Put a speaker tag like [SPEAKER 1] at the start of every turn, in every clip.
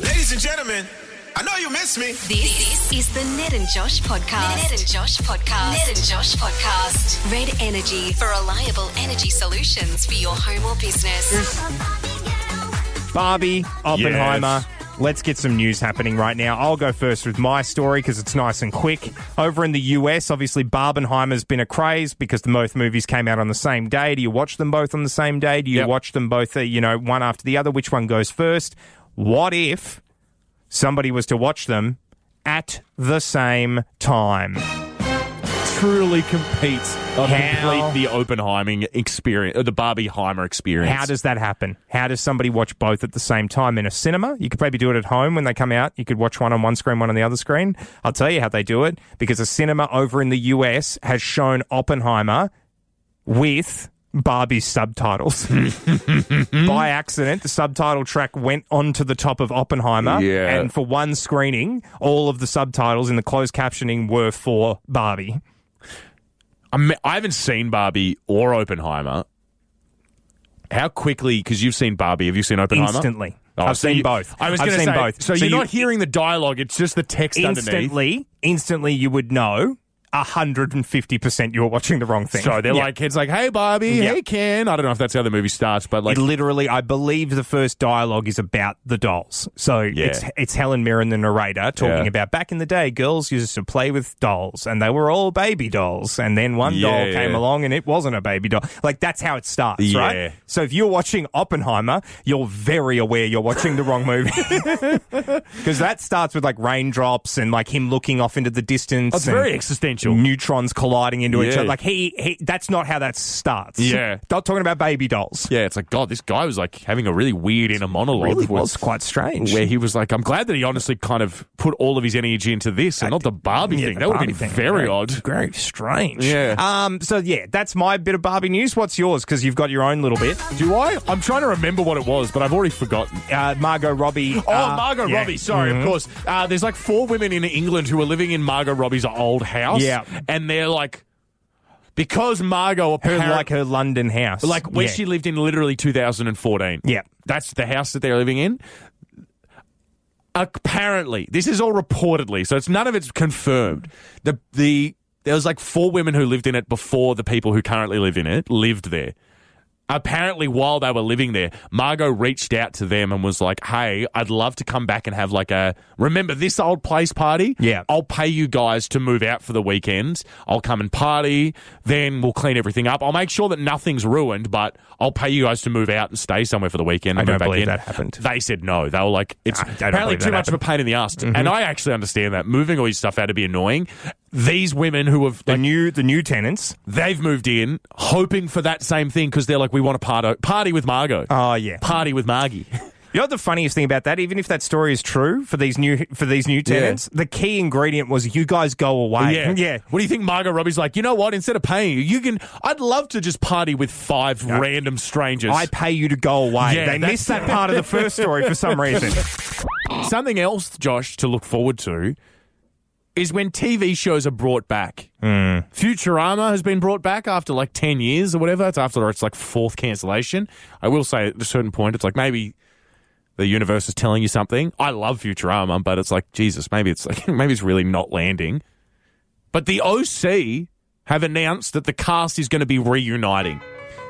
[SPEAKER 1] Ladies and gentlemen, I know you miss me.
[SPEAKER 2] This is the Ned and Josh podcast. Ned and Josh podcast. Ned and Josh podcast. Red Energy for reliable energy solutions for your home or business.
[SPEAKER 3] Barbie, Oppenheimer. Let's get some news happening right now. I'll go first with my story because it's nice and quick. Over in the US, obviously, Barbenheimer's been a craze because the both movies came out on the same day. Do you watch them both on the same day? Do you
[SPEAKER 4] Yep.
[SPEAKER 3] watch them both, uh, you know, one after the other? Which one goes first? What if somebody was to watch them at the same time?
[SPEAKER 4] Truly competes. Or
[SPEAKER 3] How-
[SPEAKER 4] complete the Oppenheimer experience, or the Barbieheimer experience.
[SPEAKER 3] How does that happen? How does somebody watch both at the same time in a cinema? You could maybe do it at home when they come out. You could watch one on one screen, one on the other screen. I'll tell you how they do it because a cinema over in the US has shown Oppenheimer with Barbie's subtitles. By accident, the subtitle track went onto the top of Oppenheimer.
[SPEAKER 4] Yeah.
[SPEAKER 3] And for one screening, all of the subtitles in the closed captioning were for Barbie.
[SPEAKER 4] I'm, I haven't seen Barbie or Oppenheimer. How quickly? Because you've seen Barbie, have you seen Oppenheimer?
[SPEAKER 3] Instantly.
[SPEAKER 4] Oh,
[SPEAKER 3] I've
[SPEAKER 4] so
[SPEAKER 3] seen
[SPEAKER 4] you-
[SPEAKER 3] both.
[SPEAKER 4] I was
[SPEAKER 3] I've
[SPEAKER 4] going to
[SPEAKER 3] seen
[SPEAKER 4] say
[SPEAKER 3] both.
[SPEAKER 4] So,
[SPEAKER 3] So
[SPEAKER 4] you're
[SPEAKER 3] you-
[SPEAKER 4] not hearing the dialogue; it's just the text underneath.
[SPEAKER 3] instantly, instantly you would know 150% you were watching the wrong thing.
[SPEAKER 4] So they're
[SPEAKER 3] Yeah.
[SPEAKER 4] like, "Kids, like, hey Barbie,
[SPEAKER 3] Yeah.
[SPEAKER 4] hey Ken." I don't know if that's how the movie starts, but like,
[SPEAKER 3] It literally, I believe the first dialogue is about the dolls. So it's it's Helen Mirren, the narrator, talking
[SPEAKER 4] Yeah.
[SPEAKER 3] about back in the day, girls used to play with dolls, and they were all baby dolls. And then one doll
[SPEAKER 4] Yeah.
[SPEAKER 3] came along, and it wasn't a baby doll. Like that's how it starts,
[SPEAKER 4] Yeah.
[SPEAKER 3] right? So if you're watching Oppenheimer, you're very aware you're watching the wrong movie because that starts with like raindrops and like him looking off into the distance.
[SPEAKER 4] it's
[SPEAKER 3] and-
[SPEAKER 4] very existential.
[SPEAKER 3] Neutrons colliding into each
[SPEAKER 4] Yeah.
[SPEAKER 3] other. Like he, he, that's not how that starts.
[SPEAKER 4] Yeah.
[SPEAKER 3] not talking about baby dolls.
[SPEAKER 4] yeah, it's like, God, this guy was like having a really weird inner monologue.
[SPEAKER 3] really
[SPEAKER 4] where-
[SPEAKER 3] was quite strange.
[SPEAKER 4] Where he was like, I'm glad that he honestly kind of put all of his energy into this and not the Barbie
[SPEAKER 3] Yeah,
[SPEAKER 4] thing.
[SPEAKER 3] the
[SPEAKER 4] That would have
[SPEAKER 3] Barbie
[SPEAKER 4] been
[SPEAKER 3] thing,
[SPEAKER 4] very odd.
[SPEAKER 3] Very strange.
[SPEAKER 4] Yeah.
[SPEAKER 3] Um. So yeah, that's my bit of Barbie news. What's yours? Because you've got your own little bit.
[SPEAKER 4] Do I? I'm trying to remember what it was, but I've already forgotten.
[SPEAKER 3] Uh, Margot Robbie.
[SPEAKER 4] Oh,
[SPEAKER 3] uh,
[SPEAKER 4] Margot
[SPEAKER 3] yeah.
[SPEAKER 4] Robbie. Sorry, of course. Uh, there's like four women in England who are living in Margot Robbie's old house.
[SPEAKER 3] Yeah.
[SPEAKER 4] And they're like, because Margot
[SPEAKER 3] Her
[SPEAKER 4] apparently,
[SPEAKER 3] like her London house.
[SPEAKER 4] like where
[SPEAKER 3] Yeah.
[SPEAKER 4] she lived in literally 2014.
[SPEAKER 3] Yeah.
[SPEAKER 4] That's the house that they're living in. Apparently, this is all reportedly, so it's none of it's confirmed. The the there was like four women who lived in it before the people who currently live in it lived there. Apparently, while they were living there, Margot reached out to them and was like, "Hey, I'd love to come back and have like a remember this old place party.
[SPEAKER 3] Yeah.
[SPEAKER 4] I'll pay you guys to move out for the weekend. I'll come and party. Then we'll clean everything up. I'll make sure that nothing's ruined, but I'll pay you guys to move out and stay somewhere for the weekend.
[SPEAKER 3] I
[SPEAKER 4] and
[SPEAKER 3] don't
[SPEAKER 4] move back
[SPEAKER 3] believe
[SPEAKER 4] in.
[SPEAKER 3] that happened.
[SPEAKER 4] They said no. They were like, it's
[SPEAKER 3] I don't
[SPEAKER 4] apparently
[SPEAKER 3] believe
[SPEAKER 4] too
[SPEAKER 3] that Mm-hmm.
[SPEAKER 4] much of a pain in the ass. And I actually understand that moving all your stuff out to be annoying. These women who have
[SPEAKER 3] the new the new tenants.
[SPEAKER 4] they've moved in hoping for that same thing because they're like, we want to party, party with Margot.
[SPEAKER 3] Oh yeah.
[SPEAKER 4] Party with Margie.
[SPEAKER 3] You know what the funniest thing about that, even if that story is true for these new for these new tenants, the key ingredient was you guys go away. yeah.
[SPEAKER 4] What do you think Margot Robbie's like? You know what? Instead of paying you, you can. I'd love to just party with five random strangers.
[SPEAKER 3] I pay you to go away.
[SPEAKER 4] Yeah,
[SPEAKER 3] they
[SPEAKER 4] that's-
[SPEAKER 3] missed that part of the first story for some reason.
[SPEAKER 4] Something else, Josh, to look forward to is when TV shows are brought back.
[SPEAKER 3] Hmm.
[SPEAKER 4] Futurama has been brought back after like 10 years or whatever. It's after its like fourth cancellation. I will say at a certain point, it's like maybe the universe is telling you something. I love Futurama, but it's like, Jesus, maybe it's like, maybe it's really not landing. But the OC have announced that the cast is going to be reuniting.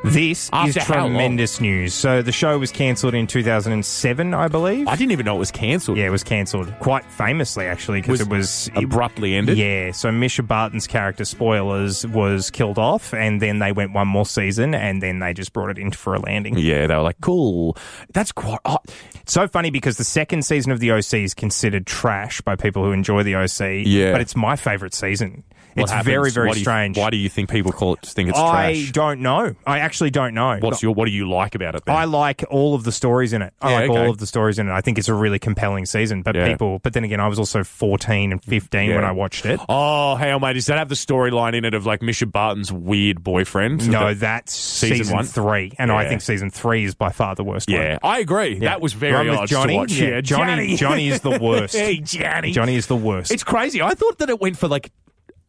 [SPEAKER 3] This
[SPEAKER 4] After
[SPEAKER 3] is
[SPEAKER 4] how long?
[SPEAKER 3] tremendous news. So the show was cancelled in 2007, I believe.
[SPEAKER 4] I didn't even know it was cancelled.
[SPEAKER 3] yeah, it was cancelled quite famously actually because
[SPEAKER 4] Was
[SPEAKER 3] it was
[SPEAKER 4] abruptly ended.
[SPEAKER 3] Yeah, so Misha Barton's character, spoilers, was killed off, and then they went one more season, and then they just brought it in for a landing.
[SPEAKER 4] Yeah, they were like, cool. That's quite. Oh,
[SPEAKER 3] It's so funny because the second season of the OC is considered trash by people who enjoy the OC.
[SPEAKER 4] Yeah.
[SPEAKER 3] but it's my favourite season.
[SPEAKER 4] What
[SPEAKER 3] it's
[SPEAKER 4] happens?
[SPEAKER 3] very, very
[SPEAKER 4] Why do you-
[SPEAKER 3] strange.
[SPEAKER 4] why do you think people call it think it's
[SPEAKER 3] I
[SPEAKER 4] trash?
[SPEAKER 3] don't know. I actually don't know.
[SPEAKER 4] What's your what do you like about it? Then?
[SPEAKER 3] I like all of the stories in it. I
[SPEAKER 4] Yeah,
[SPEAKER 3] like
[SPEAKER 4] okay.
[SPEAKER 3] all of the stories in it. I think it's a really compelling season. But
[SPEAKER 4] Yeah.
[SPEAKER 3] people, but then again, I was also 14 and 15 when
[SPEAKER 4] Yeah.
[SPEAKER 3] I watched it.
[SPEAKER 4] oh, hell, mate, does that have the storyline in it of like Misha Barton's weird boyfriend?
[SPEAKER 3] No,
[SPEAKER 4] That-
[SPEAKER 3] that's season,
[SPEAKER 4] one?
[SPEAKER 3] three, and I
[SPEAKER 4] Yeah.
[SPEAKER 3] think season three is by far the worst one.
[SPEAKER 4] yeah, I agree.
[SPEAKER 3] Yeah.
[SPEAKER 4] That was
[SPEAKER 3] The
[SPEAKER 4] very
[SPEAKER 3] one with
[SPEAKER 4] odd
[SPEAKER 3] Johnny.
[SPEAKER 4] to watch.
[SPEAKER 3] Yeah, Johnny,
[SPEAKER 4] Johnny,
[SPEAKER 3] Johnny is the worst.
[SPEAKER 4] hey, Johnny,
[SPEAKER 3] Johnny is the worst.
[SPEAKER 4] It's crazy. I thought that it went for like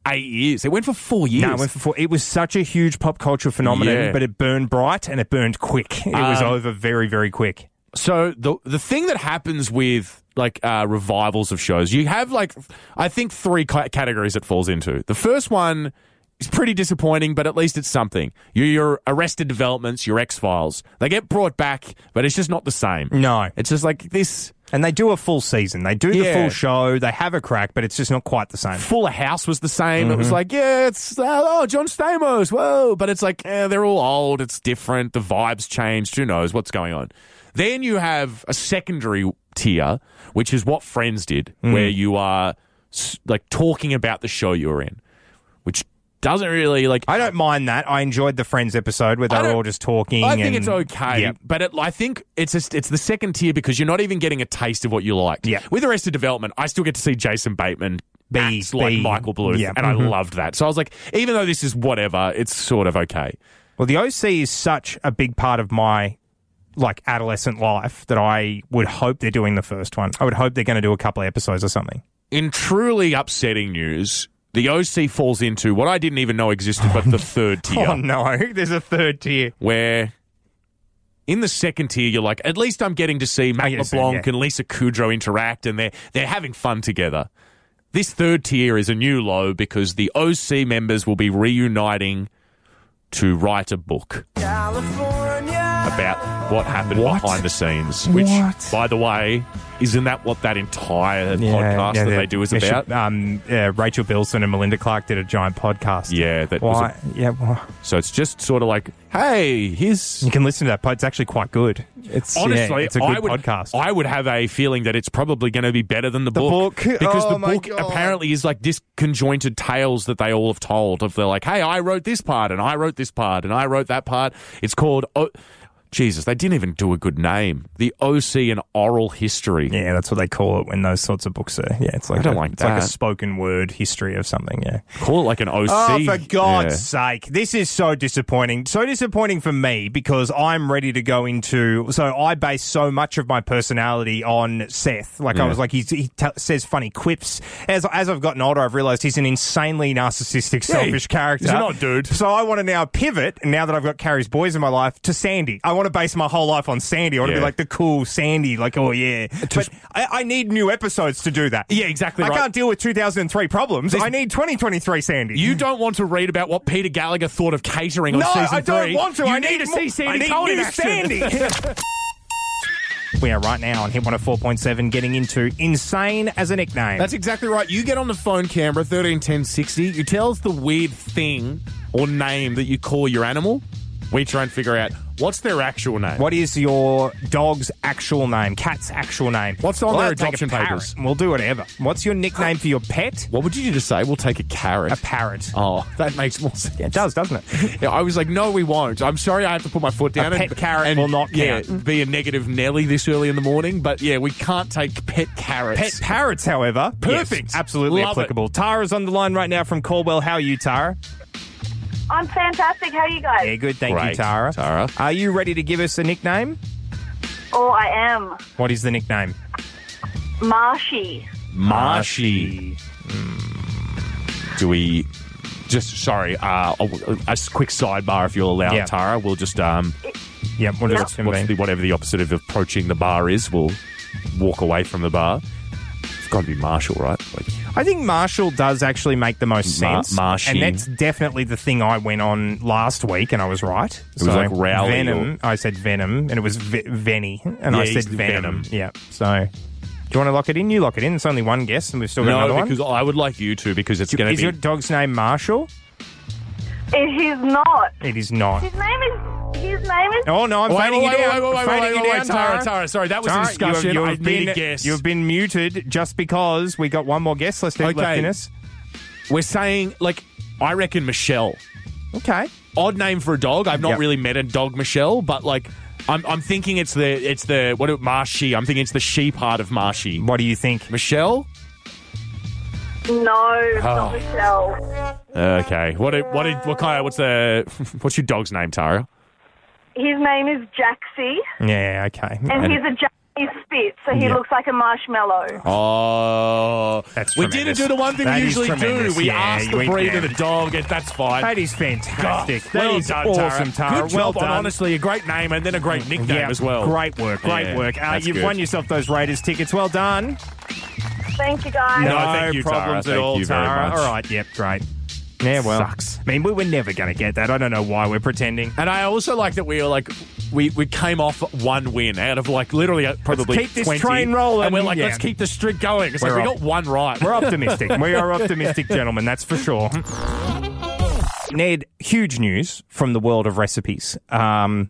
[SPEAKER 4] eight years. It went for four years.
[SPEAKER 3] no, it, went for four. it was such a huge pop culture phenomenon,
[SPEAKER 4] Yeah.
[SPEAKER 3] but it burned bright and it burned quick. It was
[SPEAKER 4] Um,
[SPEAKER 3] over very, very quick.
[SPEAKER 4] So the the thing that happens with like uh, revivals of shows, you have like I think three ca- categories it falls into. The first one is pretty disappointing, but at least it's something. Your, your Arrested Developments, your X Files, they get brought back, but it's just not the same.
[SPEAKER 3] No.
[SPEAKER 4] it's just like this.
[SPEAKER 3] And they do a full season. They do the
[SPEAKER 4] Yeah.
[SPEAKER 3] full show. They have a crack, but it's just not quite the same.
[SPEAKER 4] Fuller House was the same. It was like, yeah, it's uh, oh John Stamos, whoa, but it's like eh, they're all old. It's different. The vibes changed. Who knows what's going on? Then you have a secondary tier, which is what Friends did, where you are s- like talking about the show you were in, which doesn't really like.
[SPEAKER 3] I don't mind that. I enjoyed the Friends episode where they
[SPEAKER 4] I
[SPEAKER 3] were
[SPEAKER 4] don't-
[SPEAKER 3] all just talking.
[SPEAKER 4] I think
[SPEAKER 3] and-
[SPEAKER 4] it's okay,
[SPEAKER 3] Yep.
[SPEAKER 4] but it, I think it's just, it's the second tier because you're not even getting a taste of what you like.
[SPEAKER 3] Yeah.
[SPEAKER 4] With Arrested Development, I still get to see Jason Bateman
[SPEAKER 3] Be-
[SPEAKER 4] act like
[SPEAKER 3] be- Mm-hmm.
[SPEAKER 4] Michael Blue,
[SPEAKER 3] yeah,
[SPEAKER 4] and I loved that. So I was like, even though this is whatever, it's sort of okay.
[SPEAKER 3] Well, the OC is such a big part of my like adolescent life that I would hope they're doing the first one. I would hope they're going to do a couple of episodes or something.
[SPEAKER 4] In truly upsetting news, the OC falls into what I didn't even know existed, but the third tier.
[SPEAKER 3] Oh no, there's a third tier.
[SPEAKER 4] where in the second tier you're like, at least I'm getting to see Matt
[SPEAKER 3] get to see,
[SPEAKER 4] LeBlanc
[SPEAKER 3] yeah.
[SPEAKER 4] and Lisa Kudrow interact, and they're they're having fun together. This third tier is a new low because the OC members will be reuniting to write a book about what happened
[SPEAKER 3] What?
[SPEAKER 4] behind the scenes. Which,
[SPEAKER 3] What?
[SPEAKER 4] by the way, isn't that what that entire podcast that
[SPEAKER 3] the-
[SPEAKER 4] they do is
[SPEAKER 3] Michelle-
[SPEAKER 4] about?
[SPEAKER 3] Um, yeah, Rachel Bilson and Melinda Clark did a giant podcast.
[SPEAKER 4] Yeah, that was a-
[SPEAKER 3] Why? yeah, why-
[SPEAKER 4] so it's just sort of like, hey, here's
[SPEAKER 3] you can listen to that. pod. It's actually quite good. It's yeah,
[SPEAKER 4] Honestly,
[SPEAKER 3] it's a good
[SPEAKER 4] I would,
[SPEAKER 3] podcast.
[SPEAKER 4] I would have a feeling that it's probably going to be better than the,
[SPEAKER 3] book?
[SPEAKER 4] book, because
[SPEAKER 3] Oh,
[SPEAKER 4] the
[SPEAKER 3] my
[SPEAKER 4] book
[SPEAKER 3] God.
[SPEAKER 4] apparently is like this conjointed tales that they all have told. Of they're like, hey, I wrote this part, and I wrote this part, and I wrote that part. It's called. O- Jesus, they didn't even do a good name. The OC and oral history.
[SPEAKER 3] yeah, that's what they call it when those sorts of books are. Yeah, it's like
[SPEAKER 4] I don't
[SPEAKER 3] a,
[SPEAKER 4] like
[SPEAKER 3] it's like a
[SPEAKER 4] that.
[SPEAKER 3] spoken word history of something. Yeah.
[SPEAKER 4] Call it like an OC.
[SPEAKER 3] Oh, for God's
[SPEAKER 4] Yeah.
[SPEAKER 3] sake. This is so disappointing. So disappointing for me because I'm ready to go into. So I base so much of my personality on Seth. Like, I was like, he's, he t- says funny quips. As, as I've gotten older, I've realized he's an insanely narcissistic,
[SPEAKER 4] Yeah,
[SPEAKER 3] selfish character.
[SPEAKER 4] he's an odd dude.
[SPEAKER 3] So I want to now pivot, now that I've got Carrie's boys in my life, to Sandy. I want to base my whole life on Sandy. I want to
[SPEAKER 4] Yeah.
[SPEAKER 3] be like the cool Sandy, like, oh, yeah. But I, I need new episodes to do that.
[SPEAKER 4] Yeah, exactly
[SPEAKER 3] I
[SPEAKER 4] right.
[SPEAKER 3] can't deal with 2003 problems. I need 2023 Sandy.
[SPEAKER 4] You don't want to read about what Peter Gallagher thought of catering on season
[SPEAKER 3] I don't
[SPEAKER 4] three.
[SPEAKER 3] want to.
[SPEAKER 4] You
[SPEAKER 3] I
[SPEAKER 4] need, to
[SPEAKER 3] more-
[SPEAKER 4] see Sandy
[SPEAKER 3] I need
[SPEAKER 4] Cohen in
[SPEAKER 3] new
[SPEAKER 4] action.
[SPEAKER 3] Sandy. we are right now on Hit 104.7 getting into Insane as a Nickname.
[SPEAKER 4] That's exactly right. You get on the phone, Canberra, 131060. You tell us the weird thing or name that you call your animal. We try and figure out what's their actual name.
[SPEAKER 3] what is your dog's actual name, cat's actual name?
[SPEAKER 4] What's on
[SPEAKER 3] Well,
[SPEAKER 4] their
[SPEAKER 3] I'll take a
[SPEAKER 4] adoption
[SPEAKER 3] parrot.
[SPEAKER 4] papers?
[SPEAKER 3] We'll do whatever. What's your nickname for your pet?
[SPEAKER 4] What would you just say? We'll take a carrot.
[SPEAKER 3] A parrot.
[SPEAKER 4] oh, that makes more sense.
[SPEAKER 3] Yeah, it does, doesn't it?
[SPEAKER 4] Yeah, I was like, no, we won't. I'm sorry, I have to put my foot down.
[SPEAKER 3] A
[SPEAKER 4] and-
[SPEAKER 3] pet carrot
[SPEAKER 4] and,
[SPEAKER 3] will not
[SPEAKER 4] yeah,
[SPEAKER 3] count. Mm-hmm.
[SPEAKER 4] be a negative Nelly this early in the morning. But yeah, we can't take pet carrots.
[SPEAKER 3] Pet parrots, however,
[SPEAKER 4] Perfect.
[SPEAKER 3] Yes, absolutely
[SPEAKER 4] Love it.
[SPEAKER 3] applicable. Tara's on the line right now from Caldwell. How are you, Tara?
[SPEAKER 5] I'm fantastic. How are you guys?
[SPEAKER 3] Yeah, good. Thank you,
[SPEAKER 4] Great,
[SPEAKER 3] Tara.
[SPEAKER 4] Tara.
[SPEAKER 3] are you ready to give us a nickname?
[SPEAKER 5] Oh, I am
[SPEAKER 3] What is the nickname?
[SPEAKER 5] Marshy.
[SPEAKER 4] Marshy. Do we just sorry? Uh, a, a quick sidebar, if you'll allow,
[SPEAKER 3] Yeah.
[SPEAKER 4] Tara. We'll just um,
[SPEAKER 3] Yep, what is
[SPEAKER 5] Yeah.
[SPEAKER 3] it going
[SPEAKER 4] what's
[SPEAKER 3] to
[SPEAKER 4] the,
[SPEAKER 3] be?
[SPEAKER 4] whatever the opposite of approaching the bar is, we'll walk away from the bar. It's got to be Marshall, right? Like,
[SPEAKER 3] I think Marshall does actually make the most
[SPEAKER 4] Ma-
[SPEAKER 3] sense.
[SPEAKER 4] Marshy.
[SPEAKER 3] And that's definitely the thing I went on last week, and I was right. It
[SPEAKER 4] was like Rowley
[SPEAKER 3] Venom. I said Venom, and it was ve- Venny, and
[SPEAKER 4] Yeah,
[SPEAKER 3] I
[SPEAKER 4] he's
[SPEAKER 3] said Venom.
[SPEAKER 4] Venom.
[SPEAKER 3] Yeah. So, do you want to lock it in? You lock it in. It's only one guess, and we've still got another
[SPEAKER 4] no, because I would like you to because it's
[SPEAKER 3] one.
[SPEAKER 4] going
[SPEAKER 3] Is
[SPEAKER 4] to be.
[SPEAKER 3] your dog's name Marshall?
[SPEAKER 5] If he's not,
[SPEAKER 3] It is not.
[SPEAKER 5] his name is. His name is.
[SPEAKER 3] Oh no, I'm
[SPEAKER 4] Wait,
[SPEAKER 3] fading you
[SPEAKER 4] wait, wait,
[SPEAKER 3] down.
[SPEAKER 4] wait, wait,
[SPEAKER 3] Fading
[SPEAKER 4] wait,
[SPEAKER 3] you
[SPEAKER 4] wait, wait,
[SPEAKER 3] down,
[SPEAKER 4] Tara, Tara, sorry, that was a
[SPEAKER 3] Tara,
[SPEAKER 4] discussion.
[SPEAKER 3] You
[SPEAKER 4] I
[SPEAKER 3] have, you have
[SPEAKER 4] need
[SPEAKER 3] been,
[SPEAKER 4] a guess.
[SPEAKER 3] You've been muted just because we got one more guess left,
[SPEAKER 4] Okay.
[SPEAKER 3] left in us.
[SPEAKER 4] We're saying like I reckon Michelle.
[SPEAKER 3] Okay.
[SPEAKER 4] odd name for a dog. I've not
[SPEAKER 3] Yep.
[SPEAKER 4] really met a dog, Michelle, but like I'm, I'm thinking it's the it's the what Marshy. I'm thinking it's the she part of Marshy.
[SPEAKER 3] What do you think?
[SPEAKER 4] Michelle.
[SPEAKER 5] No, it's
[SPEAKER 4] Oh.
[SPEAKER 5] not Michelle.
[SPEAKER 4] Okay. What it- what it- what kind? Of, what's the what's your dog's name, Tara?
[SPEAKER 5] His name is Jaxie,
[SPEAKER 3] Yeah. Okay.
[SPEAKER 5] and
[SPEAKER 4] And-
[SPEAKER 5] he's a Jack He spits, so he
[SPEAKER 3] Yeah.
[SPEAKER 5] looks like a marshmallow.
[SPEAKER 4] Oh,
[SPEAKER 3] That's
[SPEAKER 4] we
[SPEAKER 3] tremendous.
[SPEAKER 4] didn't do the one thing
[SPEAKER 3] That
[SPEAKER 4] we
[SPEAKER 3] is
[SPEAKER 4] usually do.
[SPEAKER 3] tremendous.
[SPEAKER 4] We
[SPEAKER 3] Yeah,
[SPEAKER 4] ask the
[SPEAKER 3] we-
[SPEAKER 4] breed
[SPEAKER 3] yeah.
[SPEAKER 4] of the dog. and That's fine.
[SPEAKER 3] That is fantastic. That
[SPEAKER 4] well
[SPEAKER 3] is
[SPEAKER 4] done,
[SPEAKER 3] awesome, Tara.
[SPEAKER 4] Good
[SPEAKER 3] well
[SPEAKER 4] job
[SPEAKER 3] done. Mm,
[SPEAKER 4] on honestly a great name and then a great nickname
[SPEAKER 3] Yeah,
[SPEAKER 4] as well.
[SPEAKER 3] Great work, great
[SPEAKER 4] Yeah,
[SPEAKER 3] work. Uh,
[SPEAKER 4] that's
[SPEAKER 3] you've
[SPEAKER 4] good.
[SPEAKER 3] won yourself those Raiders tickets. Well done.
[SPEAKER 5] Thank you, guys.
[SPEAKER 4] No, thank you, Tara.
[SPEAKER 3] problems
[SPEAKER 4] Thank
[SPEAKER 3] at all,
[SPEAKER 4] you very
[SPEAKER 3] Tara.
[SPEAKER 4] much.
[SPEAKER 3] All right, yep, great. Yeah, well,
[SPEAKER 4] Sucks.
[SPEAKER 3] I mean, we were never going to get that. I don't know why we're pretending.
[SPEAKER 4] And I also like that we were like we, we came off one win out of like literally uh, probably
[SPEAKER 3] keep this
[SPEAKER 4] 20,
[SPEAKER 3] train rolling,
[SPEAKER 4] And we're like,
[SPEAKER 3] yeah.
[SPEAKER 4] let's keep the streak going. It's like
[SPEAKER 3] We're
[SPEAKER 4] we
[SPEAKER 3] up.
[SPEAKER 4] got one right.
[SPEAKER 3] We're optimistic. we are optimistic, gentlemen. That's for sure. Ned, huge news from the world of recipes. Um,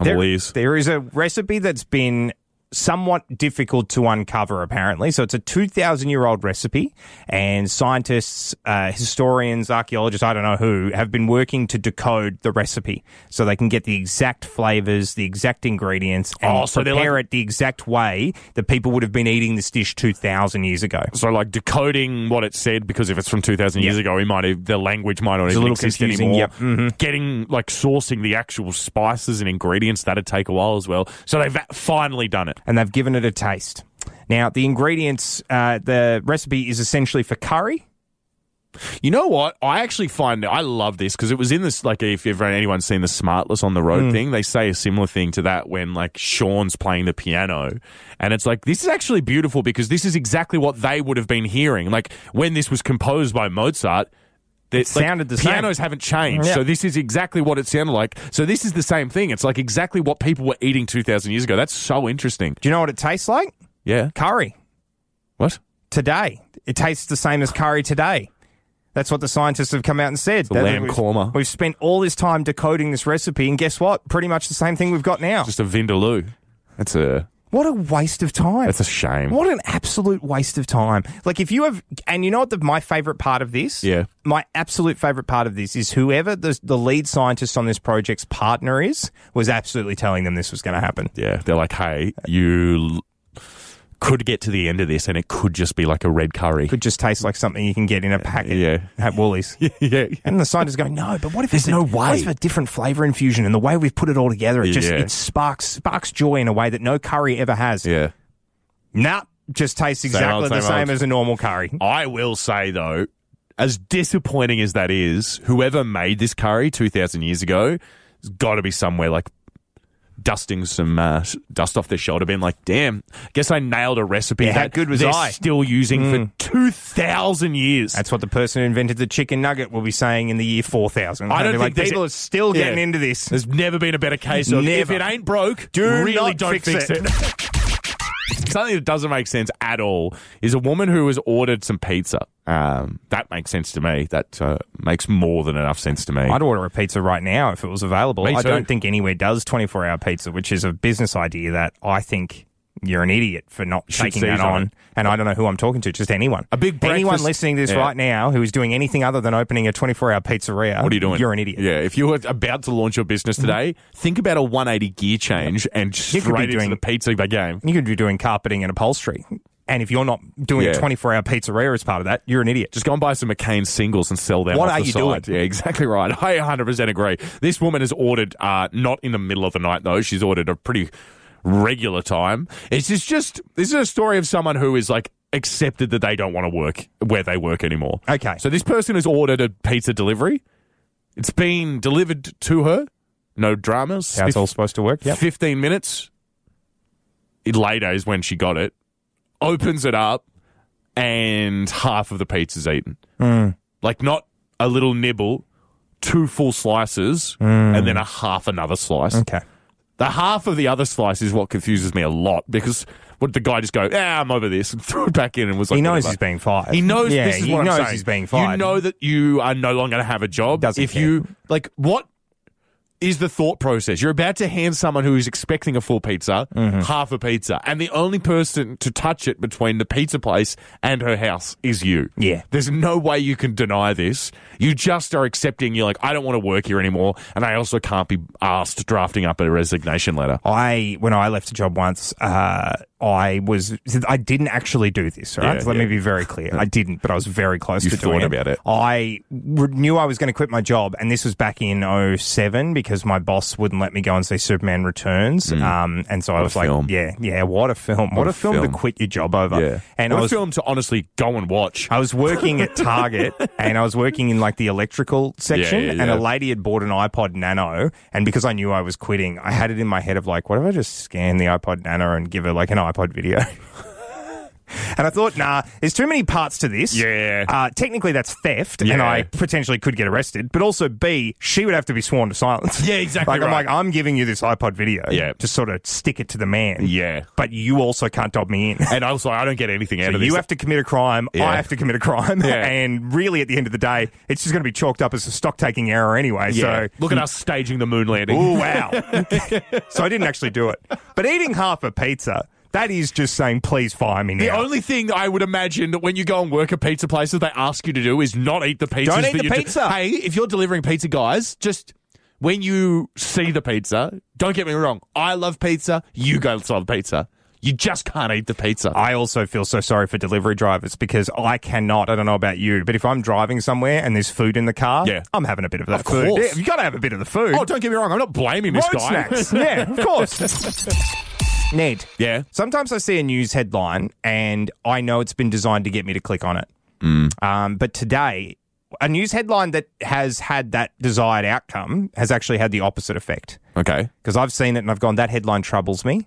[SPEAKER 3] there- There is a recipe that's been somewhat difficult to uncover, apparently. So it's a 2,000 year old recipe, and scientists, uh, historians, archaeologists, I don't know who, have been working to decode the recipe so they can get the exact flavors, the exact ingredients, and
[SPEAKER 4] Oh, so they're
[SPEAKER 3] prepare
[SPEAKER 4] like-
[SPEAKER 3] it the exact way that people would have been eating this dish 2,000 years ago.
[SPEAKER 4] So like decoding what it said because if it's from 2000 years ago, we might have, the language might
[SPEAKER 3] a
[SPEAKER 4] not even
[SPEAKER 3] little
[SPEAKER 4] exist
[SPEAKER 3] confusing,
[SPEAKER 4] anymore.
[SPEAKER 3] yep, mhm.
[SPEAKER 4] Getting like sourcing the actual spices and ingredients that'd take a while as well. So they've a- finally done it.
[SPEAKER 3] and they've given it a taste. Now, the ingredients, uh, the recipe is essentially for curry.
[SPEAKER 4] You know what? I actually find I love this because it was in this like if ever anyone's seen the Smartless on the Road
[SPEAKER 3] Hmm.
[SPEAKER 4] thing, they say a similar thing to that when like Sean's playing the piano, and it's like this is actually beautiful because this is exactly what they would have been hearing like when this was composed by Mozart. that- like,
[SPEAKER 3] sounded the same.
[SPEAKER 4] pianos haven't changed,
[SPEAKER 3] Yeah.
[SPEAKER 4] so this is exactly what it sounded like. So this is the same thing. It's like exactly what people were eating two thousand years ago. That's so interesting.
[SPEAKER 3] Do you know what it tastes like?
[SPEAKER 4] Yeah.
[SPEAKER 3] Curry.
[SPEAKER 4] What?
[SPEAKER 3] today. It tastes the same as curry today. That's what the scientists have come out and said.
[SPEAKER 4] a
[SPEAKER 3] That-
[SPEAKER 4] lamb
[SPEAKER 3] we've-
[SPEAKER 4] korma.
[SPEAKER 3] We've spent all this time decoding this recipe, and guess what? Pretty much the same thing we've got now.
[SPEAKER 4] Just a vindaloo. That's a
[SPEAKER 3] What a waste of time.
[SPEAKER 4] that's a shame.
[SPEAKER 3] What an absolute waste of time. Like, if you have, and you know what, the, my favorite part of this?
[SPEAKER 4] Yeah.
[SPEAKER 3] My absolute favorite part of this is whoever the, the lead scientist on this project's partner is was absolutely telling them this was going to happen.
[SPEAKER 4] Yeah, they're like, hey, you l- could get to the end of this and it could just be like a red curry.
[SPEAKER 3] Could just taste like something you can get in a packet
[SPEAKER 4] Yeah.
[SPEAKER 3] at Woolies.
[SPEAKER 4] yeah.
[SPEAKER 3] And the scientists going, no, but what if
[SPEAKER 4] There's
[SPEAKER 3] it's a-
[SPEAKER 4] no
[SPEAKER 3] What
[SPEAKER 4] way."
[SPEAKER 3] if a different flavor infusion and the way we've put it all together, it just
[SPEAKER 4] Yeah.
[SPEAKER 3] it sparks sparks joy in a way that no curry ever has.
[SPEAKER 4] Yeah.
[SPEAKER 3] Nah, just tastes exactly
[SPEAKER 4] old,
[SPEAKER 3] the
[SPEAKER 4] same
[SPEAKER 3] same
[SPEAKER 4] old.
[SPEAKER 3] as a normal curry.
[SPEAKER 4] I will say, though, as disappointing as that is, whoever made this curry 2,000 years ago has got to be somewhere like dusting some uh, s- dust off their shoulder, being like, damn, guess I nailed a recipe
[SPEAKER 3] Yeah, how
[SPEAKER 4] that
[SPEAKER 3] good was
[SPEAKER 4] they're
[SPEAKER 3] I?" Mm.
[SPEAKER 4] still using for 2,000 years.
[SPEAKER 3] That's what the person who invented the chicken nugget will be saying in the year four thousand.
[SPEAKER 4] I don't
[SPEAKER 3] They're
[SPEAKER 4] think
[SPEAKER 3] like,
[SPEAKER 4] there's-
[SPEAKER 3] people are still
[SPEAKER 4] Yeah.
[SPEAKER 3] getting into this.
[SPEAKER 4] There's never been a better case of if
[SPEAKER 3] Never.
[SPEAKER 4] it ain't broke,
[SPEAKER 3] Do
[SPEAKER 4] really
[SPEAKER 3] not
[SPEAKER 4] don't
[SPEAKER 3] fix
[SPEAKER 4] fix,
[SPEAKER 3] it.
[SPEAKER 4] it. Something that doesn't make sense at all is a woman who has ordered some pizza. Um, that makes sense to me. That uh, makes more than enough sense to me.
[SPEAKER 3] I'd order a pizza right now if it was available.
[SPEAKER 4] Me
[SPEAKER 3] I
[SPEAKER 4] too.
[SPEAKER 3] don't think anywhere does 24 hour pizza, which is a business idea that I think you're an idiot for not
[SPEAKER 4] should
[SPEAKER 3] taking
[SPEAKER 4] seize
[SPEAKER 3] that
[SPEAKER 4] on
[SPEAKER 3] on.
[SPEAKER 4] it.
[SPEAKER 3] And I don't know who I'm talking to, just anyone.
[SPEAKER 4] A big
[SPEAKER 3] Anyone
[SPEAKER 4] breakfast-
[SPEAKER 3] listening to this
[SPEAKER 4] Yeah.
[SPEAKER 3] right now who is doing anything other than opening a 24 hour pizzeria.
[SPEAKER 4] what are you doing?
[SPEAKER 3] You're an idiot. Mm-hmm.
[SPEAKER 4] Yeah, if you were about to launch your business today, think about a 180 gear change and
[SPEAKER 3] You
[SPEAKER 4] straight
[SPEAKER 3] could be
[SPEAKER 4] into
[SPEAKER 3] doing-
[SPEAKER 4] the pizza game.
[SPEAKER 3] You could be doing carpeting and upholstery. And if you're not doing a
[SPEAKER 4] Yeah.
[SPEAKER 3] 24 hour pizzeria as part of that, you're an idiot.
[SPEAKER 4] Just go and buy some McCain singles and sell them.
[SPEAKER 3] What
[SPEAKER 4] off
[SPEAKER 3] are
[SPEAKER 4] the
[SPEAKER 3] you
[SPEAKER 4] side.
[SPEAKER 3] doing?
[SPEAKER 4] Yeah, exactly right. I 100% agree. This woman has ordered, uh, not in the middle of the night though. She's ordered a pretty regular time. It's just, just this is a story of someone who is like accepted that they don't want to work where they work anymore.
[SPEAKER 3] Okay.
[SPEAKER 4] So this person has ordered a pizza delivery. It's been delivered to her. No dramas.
[SPEAKER 3] How it's
[SPEAKER 4] Fif-
[SPEAKER 3] all supposed to work. Yep.
[SPEAKER 4] 15 minutes it later is when she got it opens it up and half of the pizza's eaten
[SPEAKER 3] Mm.
[SPEAKER 4] like not a little nibble two full slices and then a half another slice
[SPEAKER 3] Mm. Okay.
[SPEAKER 4] the half of the other slice is what confuses me a lot because would the guy just go ah i'm over this and threw it back in and was like
[SPEAKER 3] He knows
[SPEAKER 4] whatever.
[SPEAKER 3] he's being fired.
[SPEAKER 4] He knows
[SPEAKER 3] Yeah,
[SPEAKER 4] this is
[SPEAKER 3] he
[SPEAKER 4] what I'm
[SPEAKER 3] knows
[SPEAKER 4] saying.
[SPEAKER 3] he's being fired.
[SPEAKER 4] You know that you are no longer going to have a job.
[SPEAKER 3] Doesn't
[SPEAKER 4] if
[SPEAKER 3] care.
[SPEAKER 4] you like what is the thought process? You're about to hand someone who is expecting a full pizza
[SPEAKER 3] Mm-hmm.
[SPEAKER 4] half a pizza, and the only person to touch it between the pizza place and her house is you.
[SPEAKER 3] Yeah.
[SPEAKER 4] there's no way you can deny this. You just are accepting. You're like, I don't want to work here anymore, and I also can't be asked drafting up a resignation letter.
[SPEAKER 3] I when I left a job once, uh, I was, I didn't actually do this. All right,
[SPEAKER 6] Yeah,
[SPEAKER 3] So let me
[SPEAKER 6] yeah.
[SPEAKER 3] be very clear. I didn't, but I was very close
[SPEAKER 6] You
[SPEAKER 3] to doing
[SPEAKER 6] thought about it.
[SPEAKER 3] I re- knew I was going to quit my job, and this was back in 07 because my boss wouldn't let me go and see Superman Returns. Um, and so I
[SPEAKER 6] Mm. a
[SPEAKER 3] was like,
[SPEAKER 6] film.
[SPEAKER 3] yeah, yeah, what a film, what,
[SPEAKER 6] a
[SPEAKER 3] a film,
[SPEAKER 6] film.
[SPEAKER 3] to quit your job over.
[SPEAKER 6] Yeah.
[SPEAKER 3] And
[SPEAKER 4] what
[SPEAKER 3] I
[SPEAKER 4] a
[SPEAKER 3] was
[SPEAKER 4] film to honestly go and watch.
[SPEAKER 3] I was working at Target and I was working in like the electrical section
[SPEAKER 6] yeah,
[SPEAKER 3] and
[SPEAKER 6] yeah.
[SPEAKER 3] a lady had bought an iPod Nano and because I knew I was quitting, I had it in my head of like, what if I just scan the iPod Nano and give her like an iPod video? And I thought, nah, there's too many parts to this.
[SPEAKER 4] Yeah.
[SPEAKER 3] Uh, technically, that's theft, and
[SPEAKER 4] Yeah.
[SPEAKER 3] I potentially could get arrested. But also, B, she would have to be sworn to silence.
[SPEAKER 4] Yeah, exactly
[SPEAKER 3] Like, I'm
[SPEAKER 4] right.
[SPEAKER 3] like, I'm giving you this iPod video
[SPEAKER 4] Yeah.
[SPEAKER 3] to sort of stick it to the man.
[SPEAKER 4] Yeah.
[SPEAKER 3] But you also can't dob me in.
[SPEAKER 4] And I was like, I don't get anything out
[SPEAKER 3] So
[SPEAKER 4] of this.
[SPEAKER 3] you have to commit a crime.
[SPEAKER 4] Yeah.
[SPEAKER 3] I have to commit a crime.
[SPEAKER 4] Yeah.
[SPEAKER 3] And really, at the end of the day, it's just going to be chalked up as a stock taking error anyway.
[SPEAKER 4] yeah.
[SPEAKER 3] So Hmm.
[SPEAKER 4] Look at us staging the moon landing.
[SPEAKER 3] Ooh, wow. so I didn't actually do it. But eating half a pizza, that is just saying, please fire me now.
[SPEAKER 4] The only thing I would imagine that when you go and work at pizza places, they ask you to do is not eat the pizzas.
[SPEAKER 3] Don't eat
[SPEAKER 4] that
[SPEAKER 3] the
[SPEAKER 4] you do-
[SPEAKER 3] pizza.
[SPEAKER 4] Hey, if you're delivering pizza, guys, just when you see the pizza, don't get me wrong. I love pizza. You guys love pizza. You just can't eat the pizza.
[SPEAKER 3] I also feel so sorry for delivery drivers because I cannot. I don't know about you, but if I'm driving somewhere and there's food in the car,
[SPEAKER 4] Yeah.
[SPEAKER 3] I'm having a bit of that
[SPEAKER 4] Of
[SPEAKER 3] food.
[SPEAKER 4] course.
[SPEAKER 3] Yeah, you got to have a bit of the food.
[SPEAKER 4] oh, don't get me wrong. I'm not blaming this
[SPEAKER 3] Road
[SPEAKER 4] guy.
[SPEAKER 3] snacks. yeah, of course. Ned.
[SPEAKER 4] Yeah.
[SPEAKER 3] Sometimes I see a news headline and I know it's been designed to get me to click on it. Um, but today, a news headline that has had that desired outcome has actually had the opposite effect
[SPEAKER 4] Okay.
[SPEAKER 3] because I've seen it and I've gone, that headline troubles me.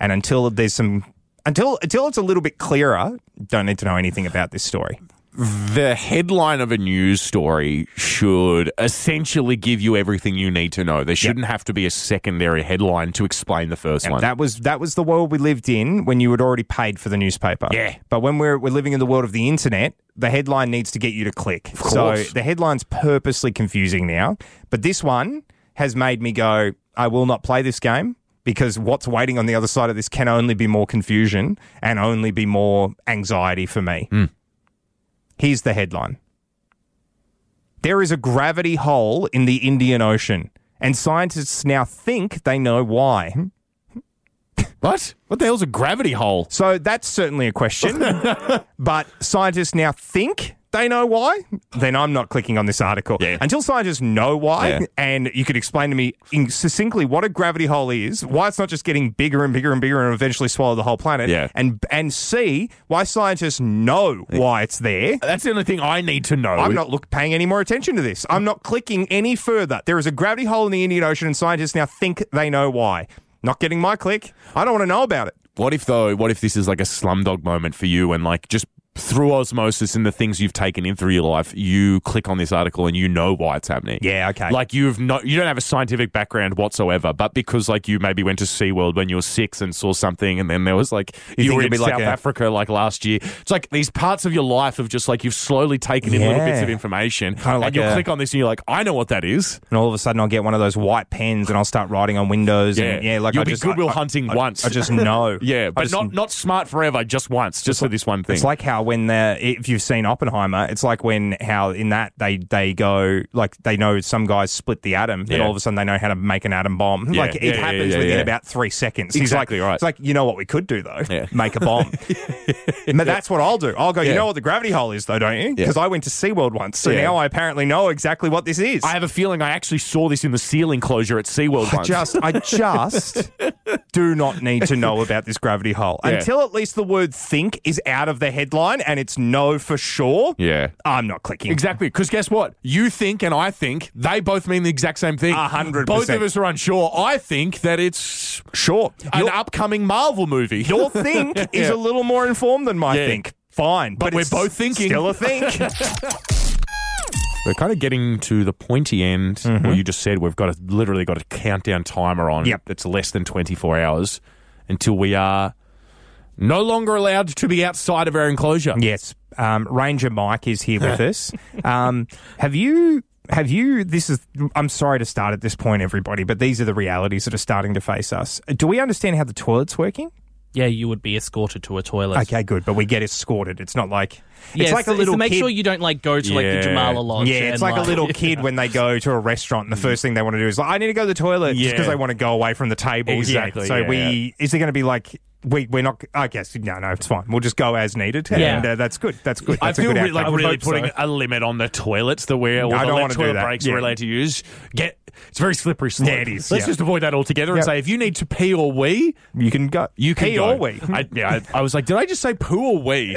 [SPEAKER 3] and until there's some, until until it's a little bit clearer, don't need to know anything about this story.
[SPEAKER 4] The headline of a news story should essentially give you everything you need to know. There shouldn't have to be a secondary headline to explain the first one.
[SPEAKER 3] That was that was the world we lived in when you had already paid for the newspaper.
[SPEAKER 4] Yeah.
[SPEAKER 3] But when we're we're living in the world of the internet, the headline needs to get you to click. so
[SPEAKER 4] course.
[SPEAKER 3] the headline's purposely confusing now. But this one has made me go, I will not play this game because what's waiting on the other side of this can only be more confusion and only be more anxiety for me.
[SPEAKER 4] Hmm.
[SPEAKER 3] Here's the headline. There is a gravity hole in the Indian Ocean, and scientists now think they know why.
[SPEAKER 4] Hmm. what? What the hell's a gravity hole?
[SPEAKER 3] So that's certainly a question. but scientists now think they know why, then I'm not clicking on this article.
[SPEAKER 4] Yeah.
[SPEAKER 3] Until scientists know why,
[SPEAKER 4] Yeah.
[SPEAKER 3] and you could explain to me in succinctly what a gravity hole is, why it's not just getting bigger and bigger and bigger and eventually swallow the whole planet,
[SPEAKER 4] Yeah.
[SPEAKER 3] and and see why scientists know why it's there.
[SPEAKER 4] That's the only thing I need to know.
[SPEAKER 3] I'm not look, paying any more attention to this. I'm not clicking any further. There is a gravity hole in the Indian Ocean, and scientists now think they know why. Not getting my click. I don't want to know about it.
[SPEAKER 4] What if though? What if this is like a slumdog moment for you, and like just through osmosis and the things you've taken in through your life, you click on this article and you know why it's happening.
[SPEAKER 3] Yeah, okay.
[SPEAKER 4] Like you've not, you don't have a scientific background whatsoever, but because like you maybe went to SeaWorld when you were six and saw something, and then there was like you,
[SPEAKER 3] think
[SPEAKER 4] were in
[SPEAKER 3] it'd be like
[SPEAKER 4] South
[SPEAKER 3] a-
[SPEAKER 4] Africa like last year. It's like these parts of your life have just like you've slowly taken in little bits
[SPEAKER 3] Yeah.
[SPEAKER 4] of information,
[SPEAKER 3] Kinda like
[SPEAKER 4] and you
[SPEAKER 3] a-
[SPEAKER 4] click on this and you're like, I know what that is.
[SPEAKER 3] and all of a sudden I'll get one of those white pens and I'll start writing on windows.
[SPEAKER 4] Yeah,
[SPEAKER 3] and, yeah like
[SPEAKER 4] you'll
[SPEAKER 3] I
[SPEAKER 4] be
[SPEAKER 3] just,
[SPEAKER 4] Goodwill
[SPEAKER 3] I- I-
[SPEAKER 4] hunting
[SPEAKER 3] I-
[SPEAKER 4] once.
[SPEAKER 3] I just know.
[SPEAKER 4] Yeah,
[SPEAKER 3] I
[SPEAKER 4] but
[SPEAKER 3] just-
[SPEAKER 4] not not smart forever, just once, just for this one thing.
[SPEAKER 3] It's like how when the if you've seen Oppenheimer, it's like when how in that they they go like they know some guys split the atom, and
[SPEAKER 4] Yeah.
[SPEAKER 3] all of a sudden they know how to make an atom bomb.
[SPEAKER 4] Yeah,
[SPEAKER 3] Like it
[SPEAKER 4] yeah, yeah,
[SPEAKER 3] happens
[SPEAKER 4] yeah,
[SPEAKER 3] within
[SPEAKER 4] yeah.
[SPEAKER 3] about three seconds.
[SPEAKER 4] Exactly
[SPEAKER 3] He's like,
[SPEAKER 4] right.
[SPEAKER 3] It's like you know what we could do though,
[SPEAKER 4] Yeah.
[SPEAKER 3] make a bomb. but that's what I'll do. I'll go.
[SPEAKER 4] Yeah.
[SPEAKER 3] You know what the gravity hole is though, don't you?
[SPEAKER 4] Yeah.
[SPEAKER 3] Because I went to SeaWorld once, so
[SPEAKER 4] Yeah.
[SPEAKER 3] now I apparently know exactly what this is.
[SPEAKER 4] I have a feeling I actually saw this in the seal enclosure at SeaWorld
[SPEAKER 3] I
[SPEAKER 4] once.
[SPEAKER 3] just, I just do not need to know about this gravity hole
[SPEAKER 4] Yeah.
[SPEAKER 3] until at least the word "think" is out of the headline and it's no for sure.
[SPEAKER 4] Yeah.
[SPEAKER 3] I'm not clicking.
[SPEAKER 4] Exactly, because guess what? You think and I think they both mean the exact same thing.
[SPEAKER 3] A hundred
[SPEAKER 4] Both
[SPEAKER 3] percent.
[SPEAKER 4] of us are unsure. I think that it's
[SPEAKER 3] Sure,
[SPEAKER 4] an
[SPEAKER 3] your,
[SPEAKER 4] upcoming Marvel movie.
[SPEAKER 3] your think is
[SPEAKER 4] Yeah.
[SPEAKER 3] a little more informed than my
[SPEAKER 4] Yeah.
[SPEAKER 3] think. Fine, but,
[SPEAKER 4] But we're
[SPEAKER 3] it's
[SPEAKER 4] both thinking.
[SPEAKER 3] Still a think.
[SPEAKER 4] We're kind of getting to the pointy end where you just said we've got a, literally got a countdown timer on
[SPEAKER 3] Mm-hmm. Yep.
[SPEAKER 4] that's less than 24 hours until we are no longer allowed to be outside of our enclosure.
[SPEAKER 3] yes, um, Ranger Mike is here with us. Um, have you? Have you? This is. I'm sorry to start at this point, everybody, but these are the realities that are starting to face us. Do we understand how the toilet's working?
[SPEAKER 7] Yeah, you would be escorted to a toilet.
[SPEAKER 3] Okay, good. But we get escorted. It's not like
[SPEAKER 7] Yeah,
[SPEAKER 3] it's like a
[SPEAKER 7] it's
[SPEAKER 3] little
[SPEAKER 7] to make
[SPEAKER 3] kid.
[SPEAKER 7] sure you don't like go to like
[SPEAKER 4] Yeah.
[SPEAKER 7] the Jamala Lodge.
[SPEAKER 3] yeah,
[SPEAKER 7] and,
[SPEAKER 3] it's like, a little kid when they go to a restaurant and the first thing they want to do is like, I need to go to the toilet
[SPEAKER 4] Mm. Yeah.
[SPEAKER 3] because they want to go away from the table.
[SPEAKER 4] Exactly,
[SPEAKER 3] So
[SPEAKER 4] yeah,
[SPEAKER 3] we is there going to be like we we're not. I guess no, no, it's fine. We'll just go as needed,
[SPEAKER 7] Yeah.
[SPEAKER 3] and uh, that's good. That's good.
[SPEAKER 4] I
[SPEAKER 3] That's a
[SPEAKER 4] feel
[SPEAKER 3] good
[SPEAKER 4] re-
[SPEAKER 3] outcome.
[SPEAKER 4] like
[SPEAKER 3] I would
[SPEAKER 4] really
[SPEAKER 3] hope so.
[SPEAKER 4] putting a limit on the toilets that we're, or
[SPEAKER 3] I
[SPEAKER 4] the
[SPEAKER 3] don't
[SPEAKER 4] le-
[SPEAKER 3] wanna do
[SPEAKER 4] toilet
[SPEAKER 3] that.
[SPEAKER 4] breaks
[SPEAKER 3] Yeah.
[SPEAKER 4] we're allowed to use. Get it's a very slippery slope.
[SPEAKER 3] Yeah, it is,
[SPEAKER 4] Let's
[SPEAKER 3] yeah.
[SPEAKER 4] just avoid that altogether
[SPEAKER 3] Yeah.
[SPEAKER 4] and say if you need to pee or wee,
[SPEAKER 3] You can go.
[SPEAKER 4] you can
[SPEAKER 3] Pee
[SPEAKER 4] go.
[SPEAKER 3] or wee.
[SPEAKER 4] I, yeah, I, I was like, did I just say poo or wee?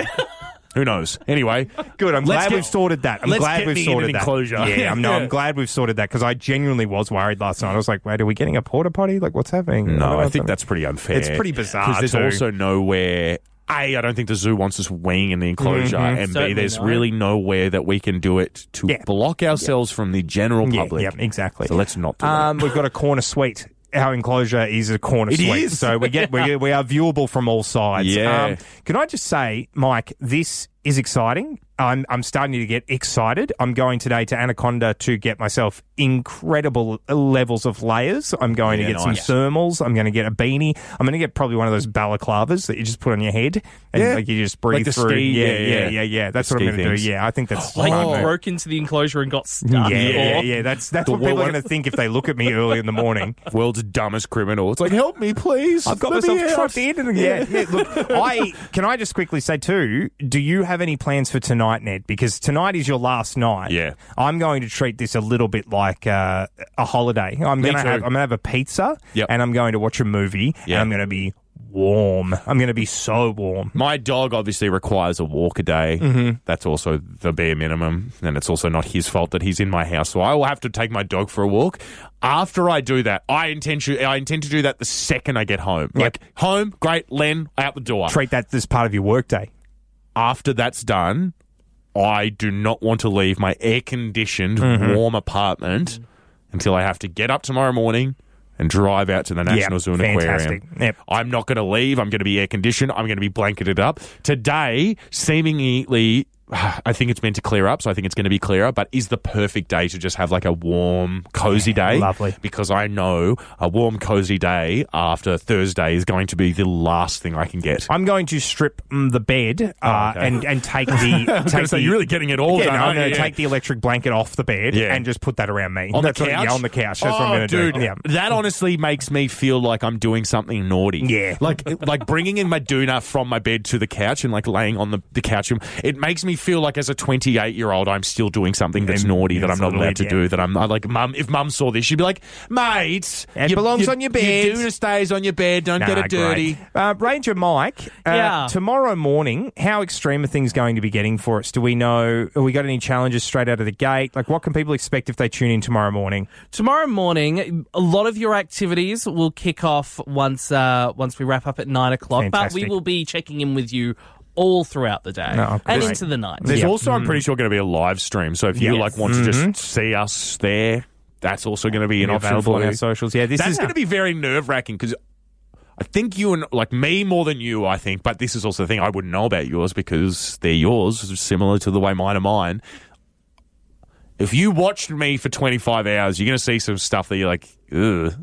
[SPEAKER 4] Who knows? Anyway,
[SPEAKER 3] Good. I'm
[SPEAKER 4] let's
[SPEAKER 3] glad
[SPEAKER 4] get-
[SPEAKER 3] we've sorted that. I'm
[SPEAKER 4] let's
[SPEAKER 3] glad
[SPEAKER 4] get
[SPEAKER 3] we've
[SPEAKER 4] me in
[SPEAKER 3] sorted
[SPEAKER 4] an
[SPEAKER 3] that.
[SPEAKER 4] enclosure.
[SPEAKER 3] Yeah, I'm, no,
[SPEAKER 4] Yeah.
[SPEAKER 3] I'm glad we've sorted that because I genuinely was worried last night. I was like, wait, are we getting a porta potty? Like, what's happening?
[SPEAKER 4] No,
[SPEAKER 3] What's
[SPEAKER 4] I think
[SPEAKER 3] happening?
[SPEAKER 4] that's pretty unfair.
[SPEAKER 3] It's pretty bizarre,
[SPEAKER 4] Because there's
[SPEAKER 3] too.
[SPEAKER 4] also nowhere. A, I don't think the zoo wants us weighing in the enclosure, and B,
[SPEAKER 7] Certainly
[SPEAKER 4] there's
[SPEAKER 7] not.
[SPEAKER 4] really nowhere that we can do it to
[SPEAKER 3] Yeah.
[SPEAKER 4] block ourselves from the general
[SPEAKER 3] Yeah,
[SPEAKER 4] public.
[SPEAKER 3] yeah, exactly.
[SPEAKER 4] So let's not do
[SPEAKER 3] Um, we've got a corner suite. Our enclosure is a corner
[SPEAKER 4] It
[SPEAKER 3] suite,
[SPEAKER 4] is.
[SPEAKER 3] so we get we, we are viewable from all sides. Um,
[SPEAKER 4] Yeah.
[SPEAKER 3] can I just say, Mike, this is exciting. I'm I'm starting to get excited. I'm going today to Anaconda to get myself incredible levels of layers. I'm going
[SPEAKER 4] Yeah,
[SPEAKER 3] to get some
[SPEAKER 4] nice.
[SPEAKER 3] thermals. I'm going to get a beanie. I'm going to get probably one of those balaclavas that you just put on your head and
[SPEAKER 4] Yeah.
[SPEAKER 3] like you just breathe
[SPEAKER 4] Like the
[SPEAKER 3] through.
[SPEAKER 4] ski-
[SPEAKER 3] yeah,
[SPEAKER 4] yeah,
[SPEAKER 3] yeah,
[SPEAKER 4] yeah.
[SPEAKER 3] yeah, yeah. That's
[SPEAKER 4] The
[SPEAKER 3] what I'm
[SPEAKER 4] ski
[SPEAKER 3] going to do.
[SPEAKER 4] things. oh,
[SPEAKER 3] Yeah, I think that's
[SPEAKER 7] Like
[SPEAKER 3] smart, mate.
[SPEAKER 7] you broke into the enclosure and got stuck.
[SPEAKER 3] Yeah, yeah,
[SPEAKER 7] or-
[SPEAKER 3] yeah. That's that's
[SPEAKER 4] The
[SPEAKER 3] what people
[SPEAKER 4] wall-
[SPEAKER 3] are going to think if they look at me early in the morning.
[SPEAKER 4] it. World's dumbest criminal. It's like, help me, please.
[SPEAKER 3] I've got
[SPEAKER 4] Let me
[SPEAKER 3] myself
[SPEAKER 4] out.
[SPEAKER 3] trapped in. And yeah, yeah, look, I can I just quickly say too. Do you have any plans for tonight, Ned? Because tonight is your last night.
[SPEAKER 4] Yeah.
[SPEAKER 3] I'm going to treat this a little bit like uh, a holiday. I'm
[SPEAKER 4] Me
[SPEAKER 3] going to
[SPEAKER 4] too.
[SPEAKER 3] have I'm going to have a pizza.
[SPEAKER 4] Yep.
[SPEAKER 3] and I'm going to watch a movie.
[SPEAKER 4] Yeah.
[SPEAKER 3] and I'm going to be warm. I'm going to be so warm.
[SPEAKER 4] My dog obviously requires a walk a day.
[SPEAKER 3] Mm-hmm.
[SPEAKER 4] That's also the bare minimum. And it's also not his fault that he's in my house. So I will have to take my dog for a walk. After I do that, I intend to, I intend to do that the second I get home. Like, home, great, Len, out the door.
[SPEAKER 3] Treat that as part of your workday.
[SPEAKER 4] After that's done, I do not want to leave my air conditioned,
[SPEAKER 3] Mm-hmm.
[SPEAKER 4] warm apartment until I have to get up tomorrow morning. And drive out to the National Zoo and
[SPEAKER 3] fantastic.
[SPEAKER 4] Aquarium.
[SPEAKER 3] Yep.
[SPEAKER 4] I'm not going to leave. I'm going to be air conditioned. I'm going to be blanketed up. Today, seemingly, I think it's meant to clear up, so I think it's going to be clearer, but is the perfect day to just have like a warm, cozy day.
[SPEAKER 3] lovely.
[SPEAKER 4] Because I know a warm, cozy day after Thursday is going to be the last thing I can get.
[SPEAKER 3] I'm going to strip mm, the bed uh,
[SPEAKER 4] Oh, okay.
[SPEAKER 3] and and take the
[SPEAKER 4] So
[SPEAKER 3] take the,
[SPEAKER 4] you're really getting it all
[SPEAKER 3] Yeah,
[SPEAKER 4] done.
[SPEAKER 3] no, I'm
[SPEAKER 4] aren't
[SPEAKER 3] going
[SPEAKER 4] you?
[SPEAKER 3] to take the electric blanket off the bed
[SPEAKER 4] Yeah.
[SPEAKER 3] and just put that around me.
[SPEAKER 4] on
[SPEAKER 3] That's
[SPEAKER 4] the
[SPEAKER 3] what-
[SPEAKER 4] couch.
[SPEAKER 3] yeah, on the couch. That's what
[SPEAKER 4] Oh,
[SPEAKER 3] I'm going to
[SPEAKER 4] dude,
[SPEAKER 3] do. Yeah.
[SPEAKER 4] That honestly makes me feel like I'm doing something naughty.
[SPEAKER 3] Yeah.
[SPEAKER 4] like like bringing in my doona from my bed to the couch and like laying on the, the couch. It makes me feel like as a 28 year old, I'm still doing something that's
[SPEAKER 3] Yeah,
[SPEAKER 4] naughty that
[SPEAKER 3] yeah,
[SPEAKER 4] I'm not
[SPEAKER 3] sort of
[SPEAKER 4] allowed to
[SPEAKER 3] weird,
[SPEAKER 4] do.
[SPEAKER 3] yeah.
[SPEAKER 4] That I'm I like mum. If mum saw this, she'd be like, "Mate,
[SPEAKER 3] It belongs on your bed."
[SPEAKER 4] Your doona stays on your bed. Don't get
[SPEAKER 3] Nah,
[SPEAKER 4] it dirty."
[SPEAKER 3] great. Uh, Ranger Mike, uh,
[SPEAKER 7] Yeah.
[SPEAKER 3] tomorrow morning, how extreme are things going to be getting for us? Do we know, have we got any challenges straight out of the gate? Like, what can people expect if they tune in tomorrow morning?
[SPEAKER 7] Tomorrow morning, a lot of your activities will kick off once uh, once we wrap up at nine o'clock. But
[SPEAKER 3] Fantastic.
[SPEAKER 7] we will be checking in with you all throughout the day
[SPEAKER 3] No,
[SPEAKER 7] and
[SPEAKER 3] great.
[SPEAKER 7] into the night.
[SPEAKER 4] There's
[SPEAKER 3] Yeah.
[SPEAKER 4] also, I'm pretty sure, going to be a live stream. So if you
[SPEAKER 3] Yes.
[SPEAKER 4] like want to just see us there, that's also going to Mm-hmm. be an option
[SPEAKER 3] Available
[SPEAKER 4] for
[SPEAKER 3] on our
[SPEAKER 4] you.
[SPEAKER 3] socials. Yeah, this
[SPEAKER 4] That's
[SPEAKER 3] is
[SPEAKER 4] going to be very nerve wracking because I think you and like me more than you, I think. But this is also the thing I wouldn't know about yours because they're yours, similar to the way mine are mine. If you watched me for 25 hours, you're going to see some stuff that you're like, ugh.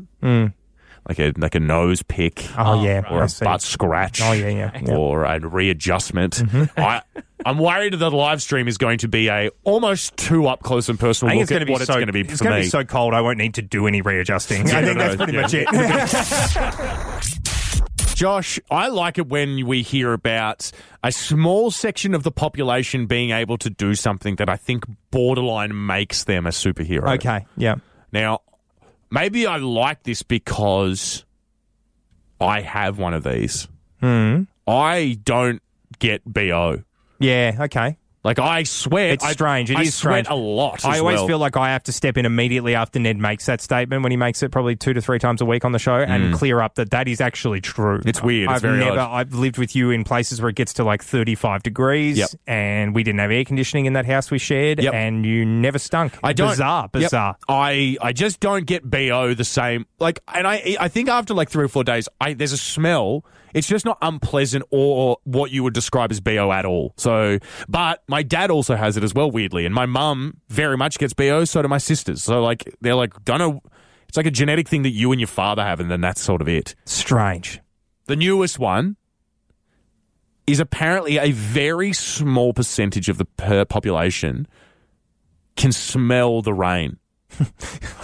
[SPEAKER 4] Like a like a nose pick,
[SPEAKER 3] Hmm. Oh, yeah.
[SPEAKER 4] or
[SPEAKER 3] I
[SPEAKER 4] a
[SPEAKER 3] see.
[SPEAKER 4] butt scratch,
[SPEAKER 3] Oh, yeah, yeah, yeah. Mm-hmm.
[SPEAKER 4] or a readjustment. I I'm worried that the live stream is going to be a almost too up close and
[SPEAKER 3] I
[SPEAKER 4] personal
[SPEAKER 3] think
[SPEAKER 4] look
[SPEAKER 3] it's going to
[SPEAKER 4] at
[SPEAKER 3] be
[SPEAKER 4] what
[SPEAKER 3] so,
[SPEAKER 4] it's going to be for
[SPEAKER 3] It's going to
[SPEAKER 4] me.
[SPEAKER 3] be so cold, I won't need to do any readjusting. I think
[SPEAKER 4] no,
[SPEAKER 3] that's pretty
[SPEAKER 4] yeah.
[SPEAKER 3] much it.
[SPEAKER 4] Josh, I like it when we hear about a small section of the population being able to do something that I think borderline makes them a superhero.
[SPEAKER 3] okay. Yeah.
[SPEAKER 4] Now, maybe I like this because I have one of these.
[SPEAKER 3] Hmm.
[SPEAKER 4] I don't get BO.
[SPEAKER 3] Yeah. Okay.
[SPEAKER 4] Like, I sweat.
[SPEAKER 3] It's
[SPEAKER 4] I,
[SPEAKER 3] strange. It
[SPEAKER 4] I
[SPEAKER 3] is
[SPEAKER 4] sweat
[SPEAKER 3] strange.
[SPEAKER 4] a lot.
[SPEAKER 3] I
[SPEAKER 4] as
[SPEAKER 3] always
[SPEAKER 4] well.
[SPEAKER 3] feel like I have to step in immediately after Ned makes that statement when he makes it probably two to three times a week on the show and clear up that that is actually true.
[SPEAKER 4] Mm. It's weird. It's
[SPEAKER 3] I've
[SPEAKER 4] very
[SPEAKER 3] never.
[SPEAKER 4] odd.
[SPEAKER 3] I've lived with you in places where it gets to like thirty-five degrees,
[SPEAKER 4] Yep.
[SPEAKER 3] and we didn't have air conditioning in that house we shared,
[SPEAKER 4] Yep.
[SPEAKER 3] and you never stunk.
[SPEAKER 4] I don't.
[SPEAKER 3] Bizarre.
[SPEAKER 4] Yep.
[SPEAKER 3] Bizarre.
[SPEAKER 4] I I just don't get bo the same. Like, and I I think after like three or four days, I there's a smell. It's just not unpleasant or what you would describe as bo at all. So, but my dad also has it as well, weirdly, and my mum very much gets bo. So do my sisters. So like they're like don't know. It's like a genetic thing that you and your father have, and then that's sort of it.
[SPEAKER 3] Strange.
[SPEAKER 4] The newest one is apparently a very small percentage of the per population can smell the rain.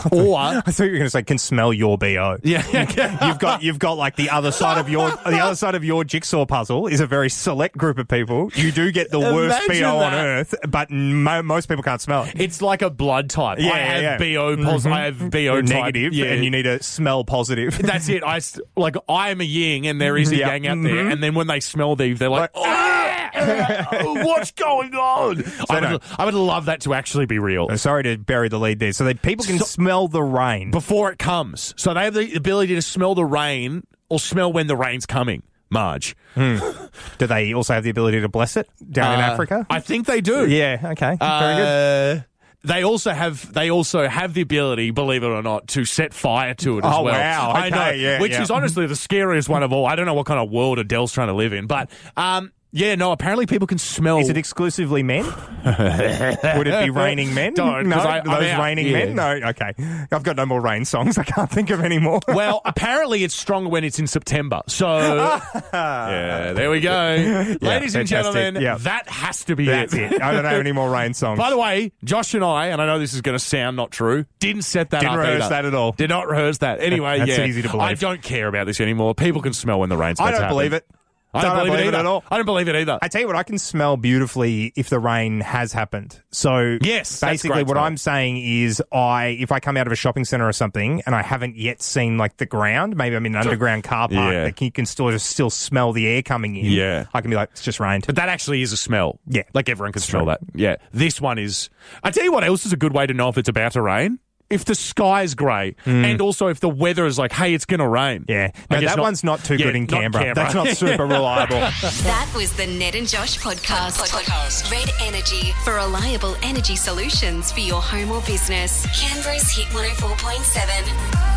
[SPEAKER 4] or
[SPEAKER 3] I thought you were going to say can smell your bo.
[SPEAKER 4] yeah, yeah,
[SPEAKER 3] You've got you've got like the other side of your the other side of your jigsaw puzzle is a very select group of people. You do get the worst
[SPEAKER 4] Imagine
[SPEAKER 3] bo on
[SPEAKER 4] that.
[SPEAKER 3] earth, but mo- most people can't smell it.
[SPEAKER 4] it's like a blood type.
[SPEAKER 3] Yeah,
[SPEAKER 4] I have
[SPEAKER 3] yeah, yeah.
[SPEAKER 4] bo positive. I have bo
[SPEAKER 3] You're
[SPEAKER 4] type.
[SPEAKER 3] negative,
[SPEAKER 4] Yeah.
[SPEAKER 3] and you need to smell positive.
[SPEAKER 4] That's it. I s- like I am a yin, and there is a
[SPEAKER 3] Yeah.
[SPEAKER 4] yang out there.
[SPEAKER 3] Mhm.
[SPEAKER 4] And then when they smell these, they're like, "Oh, "What's going on?" I,
[SPEAKER 3] no.
[SPEAKER 4] would, I would love that to actually be real
[SPEAKER 3] Oh, sorry to bury the lead there. So that people can
[SPEAKER 4] So-
[SPEAKER 3] smell the rain.
[SPEAKER 4] before it comes. So they have the ability to smell the rain or smell when the rain's coming. Marge
[SPEAKER 3] Do they also have the ability to bless it down in
[SPEAKER 4] Uh,
[SPEAKER 3] Africa?
[SPEAKER 4] I think they do.
[SPEAKER 3] yeah. Okay. Very good.
[SPEAKER 4] Uh, They also have they also have the ability, believe it or not, to set fire to it as
[SPEAKER 3] Oh,
[SPEAKER 4] well.
[SPEAKER 3] wow.
[SPEAKER 4] I know,
[SPEAKER 3] Okay, yeah,
[SPEAKER 4] which
[SPEAKER 3] yeah.
[SPEAKER 4] is honestly the scariest one of all. I don't know what kind of world Adele's trying to live in, but um, yeah, no. Apparently, people can smell.
[SPEAKER 3] Is it exclusively men? Would it be raining men?
[SPEAKER 4] Don't,
[SPEAKER 3] no,
[SPEAKER 4] 'cause I- I'm
[SPEAKER 3] those
[SPEAKER 4] out.
[SPEAKER 3] raining
[SPEAKER 4] Yeah.
[SPEAKER 3] men. No, okay. I've got no more rain songs. I can't think of any more.
[SPEAKER 4] well, apparently, it's stronger when it's in September. So yeah, there we go, ladies
[SPEAKER 3] fantastic.
[SPEAKER 4] and gentlemen.
[SPEAKER 3] Yeah.
[SPEAKER 4] That has to be
[SPEAKER 3] That's it. I don't have any more rain songs.
[SPEAKER 4] By the way, Josh and I, and I know this is going to sound not true, didn't set that
[SPEAKER 3] Didn't
[SPEAKER 4] up.
[SPEAKER 3] rehearse
[SPEAKER 4] either.
[SPEAKER 3] that at all.
[SPEAKER 4] Did not rehearse that. Anyway,
[SPEAKER 3] That's
[SPEAKER 4] yeah.
[SPEAKER 3] easy to
[SPEAKER 4] I
[SPEAKER 3] believe.
[SPEAKER 4] don't care about this anymore. People can smell when the rain's
[SPEAKER 3] I
[SPEAKER 4] about to
[SPEAKER 3] don't
[SPEAKER 4] happen.
[SPEAKER 3] believe it.
[SPEAKER 4] I don't, believe, it,
[SPEAKER 3] at
[SPEAKER 4] either.
[SPEAKER 3] all.
[SPEAKER 4] I don't believe it either.
[SPEAKER 3] I tell you what, I can smell beautifully if the rain has happened. So
[SPEAKER 4] Yes, that's
[SPEAKER 3] basically
[SPEAKER 4] great
[SPEAKER 3] what
[SPEAKER 4] smell.
[SPEAKER 3] I'm saying is, I if I come out of a shopping center or something and I haven't yet seen like the ground, maybe I'm in an underground car park
[SPEAKER 4] Yeah.
[SPEAKER 3] that you can still just still smell the air coming in.
[SPEAKER 4] Yeah.
[SPEAKER 3] I can be like, it's just rained.
[SPEAKER 4] but that actually is a smell.
[SPEAKER 3] Yeah.
[SPEAKER 4] Like everyone can smell that. Yeah. This one is. I tell you what else is a good way to know if it's about to rain. If the sky's grey, and also if the weather is like, hey, it's going to rain.
[SPEAKER 3] Hmm. yeah,
[SPEAKER 4] I
[SPEAKER 3] no,
[SPEAKER 4] guess
[SPEAKER 3] that
[SPEAKER 4] not-
[SPEAKER 3] one's not too
[SPEAKER 4] yeah,
[SPEAKER 3] good in
[SPEAKER 4] not
[SPEAKER 3] Canberra. That's not super reliable.
[SPEAKER 2] That was the Ned and Josh podcast. podcast. Red Energy for oh reliable energy solutions for your home or business. Canberra's Hit 104.7.